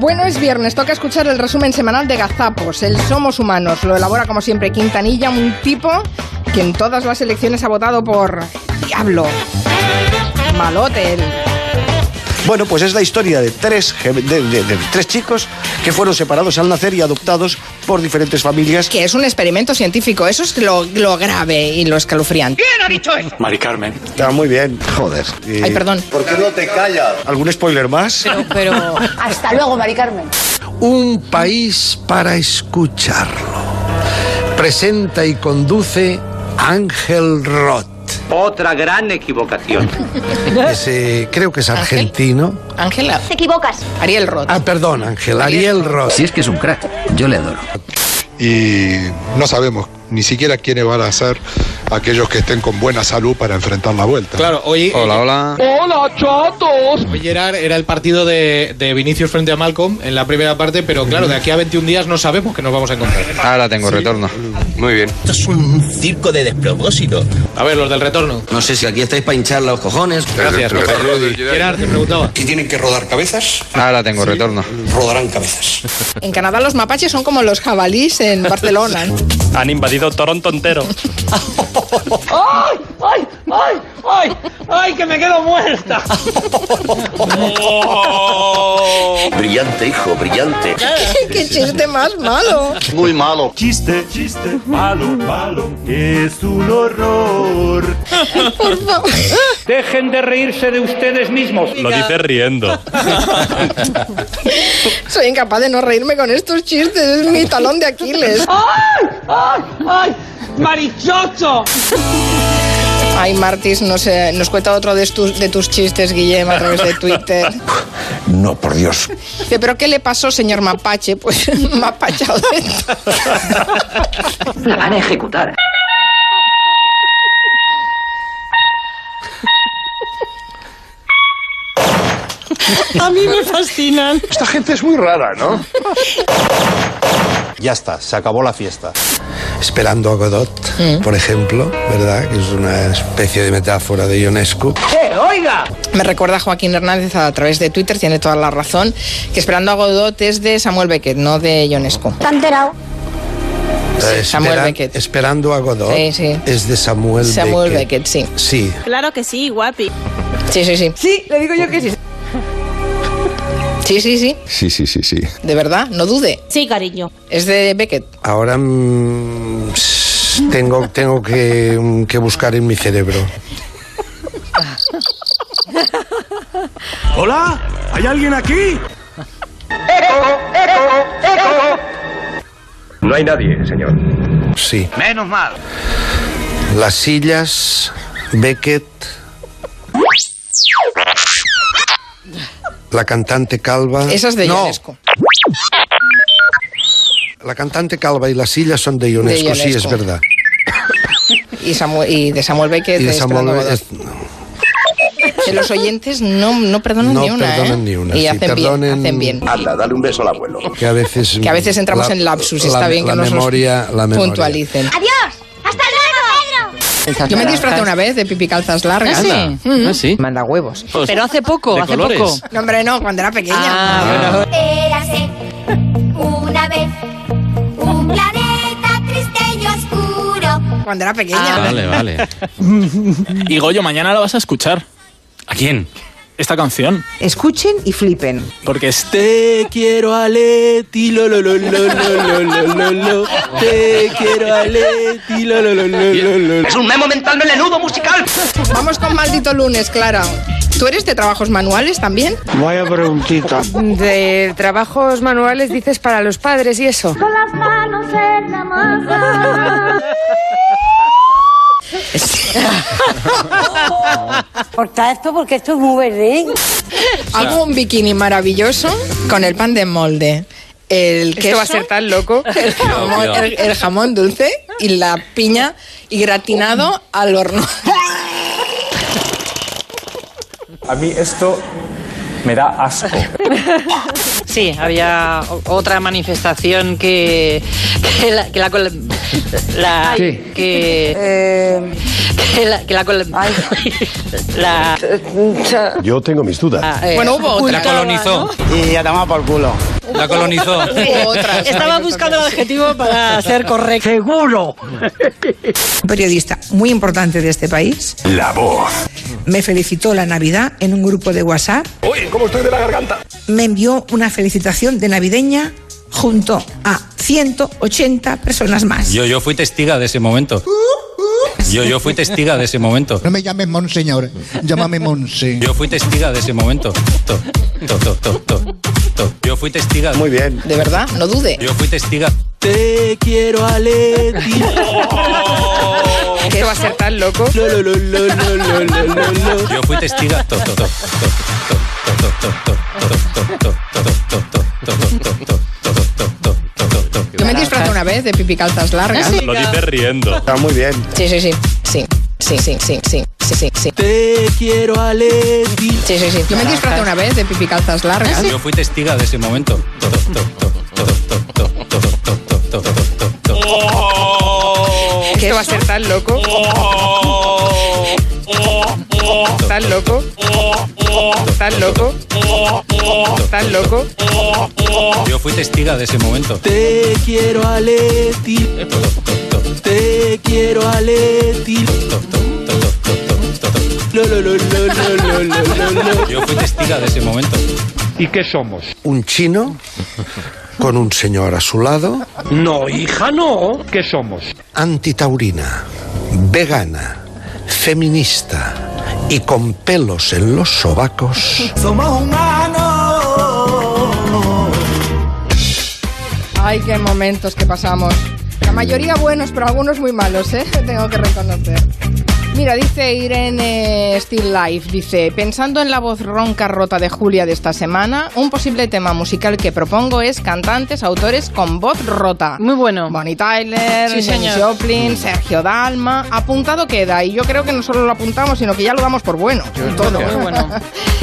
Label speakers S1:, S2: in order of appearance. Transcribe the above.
S1: Bueno, es viernes, toca escuchar el resumen semanal de Gazapos, el Somos Humanos. Lo elabora como siempre Quintanilla, un tipo que en todas las elecciones ha votado por Diablo, Malote, el
S2: Bueno, pues es la historia de tres, gem- de, de- de tres chicos que fueron separados al nacer y adoptados por diferentes familias.
S1: que es un experimento científico. Eso es lo, lo grave y lo escalofriante.
S3: Mari Carmen.
S2: Está Ah, muy bien, joder. Y-
S1: Ay, perdón.
S2: ¿Por qué no te callas? ¿Algún spoiler más?
S1: Pero, pero
S4: Hasta luego, Mari Carmen.
S5: Un país para escucharlo. Presenta y conduce Ángel Roth.
S6: Otra gran equivocación.
S5: Ese, creo que es
S1: ¿Ángel?
S5: argentino.
S1: Ángela,
S4: Te equivocas.
S1: Ariel Roth.
S5: Ah, perdón, Ángel, Ariel Roth.
S7: es que es un crack, yo le adoro.
S8: y no sabemos ni siquiera quiénes van a ser aquellos que estén con buena salud para enfrentar la vuelta.
S9: Claro, hoy. Hola, hola. Hola, chatos. Hoy Gerard era el partido de, de Vinicius frente a Malcolm en la primera parte, pero claro, de aquí a 21 días no sabemos que nos vamos a encontrar.
S10: Ahora tengo retorno. Muy bien.
S7: Esto es un circo de despropósito.
S9: A ver, los del retorno.
S7: No sé si aquí estáis para hinchar los cojones.
S9: Gracias,
S10: Pero-
S9: Rafael.
S10: pero-
S9: Rudy. Gerard, te preguntaba.
S7: Si tienen que rodar cabezas,
S10: Ahora tengo retorno.
S7: rodarán cabezas.
S1: En Canadá los mapaches son como los jabalís en Barcelona.
S3: Han invadido Toronto entero.
S7: Brillante, hijo, brillante.
S1: ¡Qué chiste más malo!
S10: Muy malo.
S3: Chiste, chiste, malo, malo, es un horror.
S1: Por favor.
S6: Dejen de reírse de ustedes mismos.
S3: Lo dice riendo.
S1: Soy incapaz de no reírme con estos chistes. Es mi talón de Aquiles.
S6: ¡Marichocho!
S1: Ay, Martis, no sé, nos cuenta otro de tus, de tus chistes, Guillem, a través de Twitter.
S7: No, por Dios.
S1: Dice, ¿pero qué le pasó, señor mapache? Pues mapachado.
S4: La van a ejecutar.
S2: Esta gente es muy rara, ¿no?
S10: Ya está, se acabó la fiesta.
S5: Esperando a Godot, por ejemplo, ¿verdad? Que es una especie de metáfora de Ionescu.
S1: Me recuerda a Joaquín Hernández a través de Twitter, tiene toda la razón, que Esperando a Godot es de Samuel Beckett, no de Ionesco.
S4: ¿Te han enterado?
S5: Eh, Espera-
S1: Samuel Beckett.
S5: Esperando a Godot
S1: Sí, sí.
S5: es de Samuel,
S1: Samuel Beckett, sí.
S5: Sí,
S11: Claro que sí, guapi.
S1: Sí, sí, sí.
S4: Sí, le digo yo que sí.
S1: Sí, sí, sí.
S8: Sí, sí, sí, sí.
S1: De verdad, no dude.
S11: Sí, cariño.
S1: Es de Beckett.
S5: ahora mm, s- tengo, tengo que, mm, que buscar en mi cerebro.
S3: Hola, ¿hay alguien aquí?
S6: No hay nadie, señor.
S5: Sí.
S6: Menos mal.
S5: Las sillas, Beckett. La cantante calva.
S1: Esa es de
S5: no,
S1: Ionesco.
S5: La cantante calva y las sillas son de Ionesco, sí, es
S1: Ionesco.
S5: verdad.
S1: Y, Samuel- y de Samuel Beckett.
S5: Y de
S1: de Esperando a
S5: Samuel.
S1: Godot.
S5: es-
S1: Que los oyentes no, no perdonan
S5: No
S1: ni una.
S5: perdonan
S1: ¿eh?
S5: ni una,
S1: Y
S5: sí,
S1: hacen bien.
S5: perdonen-
S1: Hacen bien.
S7: Anda, dale un beso al abuelo.
S5: que a veces.
S1: Que a veces entramos en lapsus y está bien que
S5: la
S1: nos los
S5: memoria, la memoria.
S1: puntualicen.
S12: Ah,
S4: ¡Adiós! ¡Hasta luego, Pedro!
S1: Yo me disfracé una vez de pipi calzas largas.
S11: ¿Ah, sí?
S1: Mm.
S11: ¿Ah, sí?
S1: Manda huevos.
S11: Pero hace poco, hace poco.
S1: No, hombre, no, cuando era pequeña.
S12: Ah,
S4: Érase una vez un planeta triste y oscuro.
S1: Ah. Cuando era
S12: Ah,
S1: pequeña.
S10: Vale, vale.
S9: Y Goyo, mañana la vas a escuchar.
S3: ¿A quién?
S9: Esta canción.
S1: Escuchen y flipen.
S9: Porque es te quiero a Leti, lo lo lo lo lo lo lo lo lo. Te quiero a Leti, lo lo lo lo lo lo.
S6: Es un memo mental melenudo musical.
S1: Vamos con maldito lunes, Clara. ¿Tú eres de trabajos manuales también?
S9: Vaya preguntita.
S12: De trabajos manuales dices para los padres y eso.
S4: Corta esto porque esto es muy verde. ¿eh?
S1: Hago un bikini maravilloso con el pan de molde. El queso,
S12: Esto va a ser tan loco.
S1: el, jamón, el- el jamón dulce y la piña y gratinado al horno.
S3: A mí esto me da asco.
S11: Sí, había o- otra manifestación que. que la. que la. col- la-
S5: ¿Qué?
S11: que. que la. que la. col- la-
S2: Yo tengo mis dudas.
S11: eh,
S13: Eh,
S1: Bueno, hubo otra.
S9: La colonizó.
S6: Y ya te por culo.
S9: La colonizó.
S14: Estaba buscando el adjetivo para ser correcto. Seguro.
S13: Un periodista muy importante de este país
S8: La voz.
S13: me felicitó la Navidad en un grupo de WhatsApp.
S8: Uy, ¿cómo estoy de la garganta?
S13: Me envió una felicitación de navideña junto a 180 personas más.
S9: Yo, yo fui testiga de ese momento. Yo, yo fui testiga de ese momento.
S7: No me llames monseñor, llámame monse.
S9: Yo fui testiga de ese momento. To, to, to, to, to, to. Yo fui testiga. Muy
S2: bien.
S1: De verdad, no dude.
S9: Yo fui testiga.
S1: Te quiero, Aleti. ¿Qué va a ser tan loco?
S9: Yo fui testiga. To, to, to, to, to, to, to, to, to, to, to, to, to, to, to, to, to, to, to, to, to, to.
S1: Yo me disfrazé una vez de pipicalzas largas.
S2: riendo. Está muy bien.
S1: Sí, sí, sí. Sí. Sí, sí, sí, sí, sí, sí, sí. Te quiero, Aleti. Sí, sí, ¿Ah, sí. Yo me disfrazé una vez de pipicalzas largas.
S9: Ah, Yo fui testiga de ese momento. To, to, to, to, to, to, to, to, to, to, to, to, to.
S1: ¿Qué va a ser tan loco? ¿Tan loco? ¿Tan loco? ¿Tan loco?
S9: Yo fui testiga de ese momento.
S1: Te quiero, Aleti. Te quiero, Aleti.
S9: Yo fui testiga de ese momento. ¿Y qué somos?
S5: Un chino con un señor a su lado.
S15: No, hija, no. ¿Qué somos?
S5: Antitaurina, vegana, feminista y con pelos en los sobacos.
S1: Somos humanos. Ay, qué momentos que pasamos. La mayoría buenos, pero algunos muy malos, ¿eh? Tengo que reconocer. Mira, dice Irene Still Life, dice, pensando en la voz ronca rota de Julia de esta semana, un posible tema musical que propongo es cantantes, autores con voz rota. Muy bueno. Bonnie Tyler,
S14: Sí,
S1: Janis
S14: señor.
S1: Joplin, Sergio Dalma, apuntado queda, y yo creo que no solo lo apuntamos, sino que ya lo damos por bueno. todo.